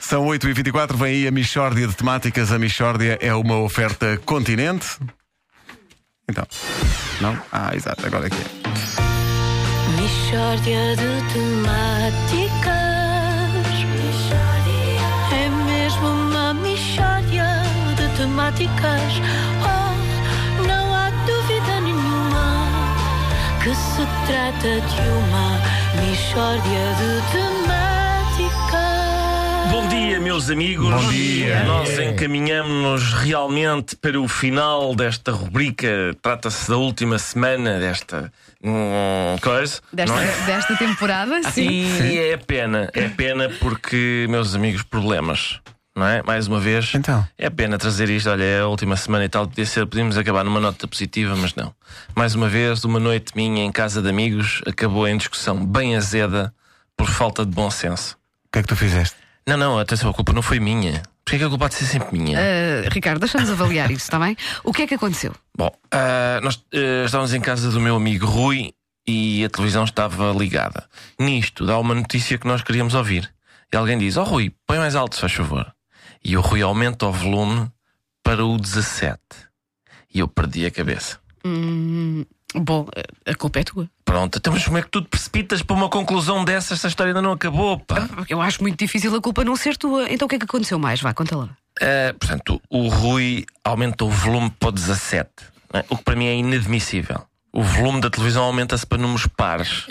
São 8h24, vem aí a Michórdia de Temáticas. A Michórdia é uma oferta continente. Então, não? Ah, exato, agora é que é. Mishória de temáticas É mesmo uma mishória de temáticas Oh, não há dúvida nenhuma Que se trata de uma mishória de temáticas Bom dia, meus amigos. Bom dia. Nós encaminhamos realmente para o final desta rubrica. Trata-se da última semana desta hum, coisa. Desta, não é? desta temporada, Ah, sim. E é pena, é pena porque, meus amigos, problemas. Não é? Mais uma vez, Então. é pena trazer isto. Olha, é a última semana e tal. Podia ser, podíamos acabar numa nota positiva, mas não. Mais uma vez, uma noite minha em casa de amigos acabou em discussão bem azeda por falta de bom senso. O que é que tu fizeste? Não, não, atenção, a culpa não foi minha. Porquê é que a culpa há de ser sempre minha? Uh, Ricardo, deixa-nos avaliar isso, está bem? O que é que aconteceu? Bom, ah, nós ah, estávamos em casa do meu amigo Rui e a televisão estava ligada. Nisto, dá uma notícia que nós queríamos ouvir. E alguém diz: Ó Rui, põe mais alto, se faz favor. E o Rui aumenta o volume para o 17. E eu perdi a cabeça. Hum, bom, a culpa é tua. Pronto, então, mas como é que tu te precipitas para uma conclusão dessa? Esta história ainda não acabou, pá. Eu acho muito difícil a culpa não ser tua. Então o que é que aconteceu mais? Vá, conta lá. Uh, portanto, o Rui aumentou o volume para o 17, né? o que para mim é inadmissível. O volume da televisão aumenta-se para números pares.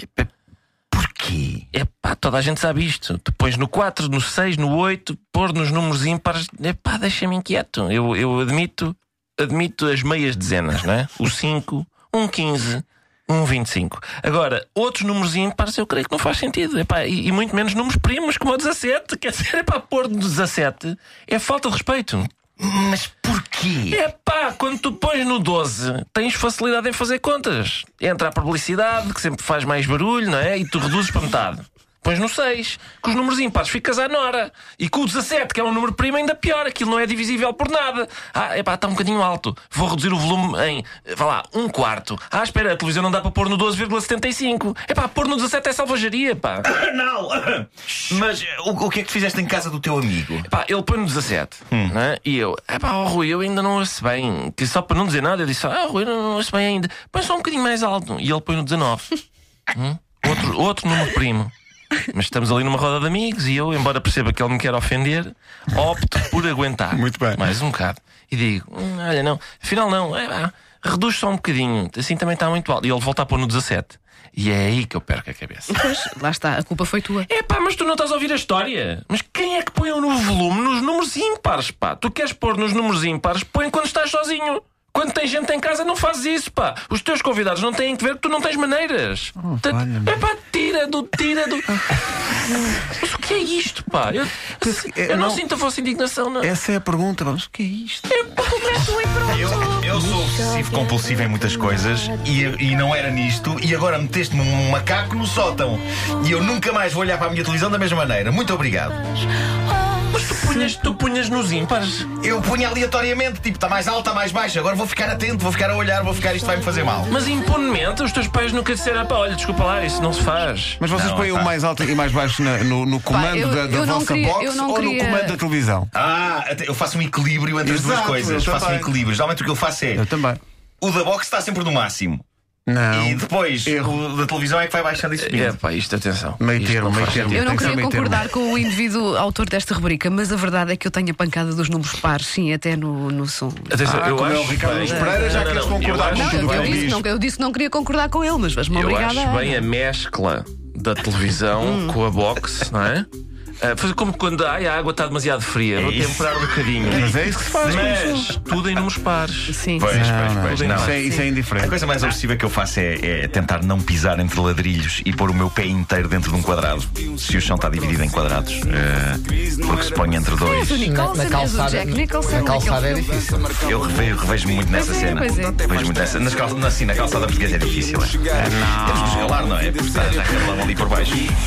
Porquê? É pá, toda a gente sabe isto. Depois no 4, no 6, no 8, pôr nos números ímpares, é pá, deixa-me inquieto. Eu, eu admito, admito as meias dezenas, não é? O 5, um 15. um 25. Agora, outros números ímpares eu creio que não faz sentido. Epá, e, e muito menos números primos como o 17. Quer dizer, é para pôr no 17 é falta de respeito. Mas porquê? É pá, quando tu pões no 12, tens facilidade em fazer contas. Entra a publicidade, que sempre faz mais barulho, não é? E tu reduzes para metade. Pões no 6, com os números ímpares ficas à nora. E com o 17, que é um número primo, ainda pior. Aquilo não é divisível por nada. Ah, é pá, está um bocadinho alto. Vou reduzir o volume em, eh, vá lá, um quarto. Ah, espera, a televisão não dá para pôr no 12,75. É pá, pôr no 17 é selvageria, pá. Não! Mas o, o que é que tu fizeste em casa do teu amigo? Pá, ele põe-me 17, Hum. né? E eu, é pá, ó Rui, eu ainda não ouço bem. Que só para não dizer nada, eu disse, ah, Rui, não, não ouço bem ainda. Põe só um bocadinho mais alto. E ele põe no 19. Hum? outro, outro número primo. Mas estamos ali numa roda de amigos e eu, embora perceba que ele me quer ofender, opto por aguentar. Muito bem. Mais um bocado. E digo, "Hum, olha, não, afinal não, é pá, reduz só um bocadinho. Assim também está muito alto. E ele volta a pôr no 17. E é aí que eu perco a cabeça. Pois, lá está, a culpa foi tua. É pá, mas tu não estás a ouvir a história. Mas quem é que põe o novo volume nos números ímpares, pá? Tu queres pôr nos números ímpares, põe quando estás sozinho. Quando tens gente em casa, não fazes isso, pá. Os teus convidados não têm que ver que tu não tens maneiras. Oh, Portanto, olha-me. é pá, tira do, tira do. mas o que é isto, pá? Eu, eu eu não, eh, não- sinto a vossa indignação, não. Essa é a pergunta, vamos, o que é isto? Eu, eu sou obsessivo compulsivo em muitas coisas e, e não era nisto, e agora meteste-me um macaco no sótão. E eu nunca mais vou olhar para a minha televisão da mesma maneira. Muito obrigado. Oh, Mas tu punhas, tu punhas nos ímpares. Eu punho aleatoriamente, tipo, está mais alto, está mais baixo. Agora vou ficar atento, vou ficar a olhar, vou ficar, isto vai me fazer mal. Mas impunemente, os teus pais nunca disseram, pá, olha, desculpa lá, isso não se faz. Mas vocês Não, põem o pá. mais alto e mais baixo na- no, no comando eu- da, da eu não vossa queria- eu box não ou queria- no comando da televisão? Ah, até- eu faço um equilíbrio entre as duas Exato, eu coisas. Faço um também. equilíbrio. Geralmente o que eu faço é. Eu também. O da box está sempre no máximo. Não. E depois Erro. o da televisão é que vai baixando e subindo. É pá, isto, atenção. Meio Isto termo, não meio faz termo. sentido. Eu Tem não que ser queria meio termo. concordar com o indivíduo autor desta rubrica, mas a verdade é que eu tenho a pancada dos números pares, sim, até no, no som. Atenção, Ah, eu como é acho o Ricardo bem- Luís Pereira, já Não, queres não, não, eu concordar acho com Não, eu, tudo eu bem. disse, não, eu disse que não queria concordar com ele, mas mas-me Eu obrigada. acho bem a mescla da televisão com a box, não é? Ah, fazer como quando ai, a água está demasiado fria, vou É isso. temperar um bocadinho. Mas é isso que se faz. Mas tudo em números pares. Sim. Pois, pois, pois, Não, não. Isso, é, isso é A indiferente. coisa mais obsessiva que eu faço é, é tentar não pisar entre ladrilhos e pôr o meu pé inteiro dentro de um quadrado. Se o chão está dividido em quadrados. eh, porque se põe entre dois. És o Nicholson, és o Jack Nicholson. na naquele calçada é filme. difícil. Eu revejo, revejo muito nessa Pois é, cena. pois é. Revejo muito nessa. Nas calça, na, assim, na calçada portuguesa é difícil. É. Temos que escalar, não é? Porque está já escalado ali por baixo.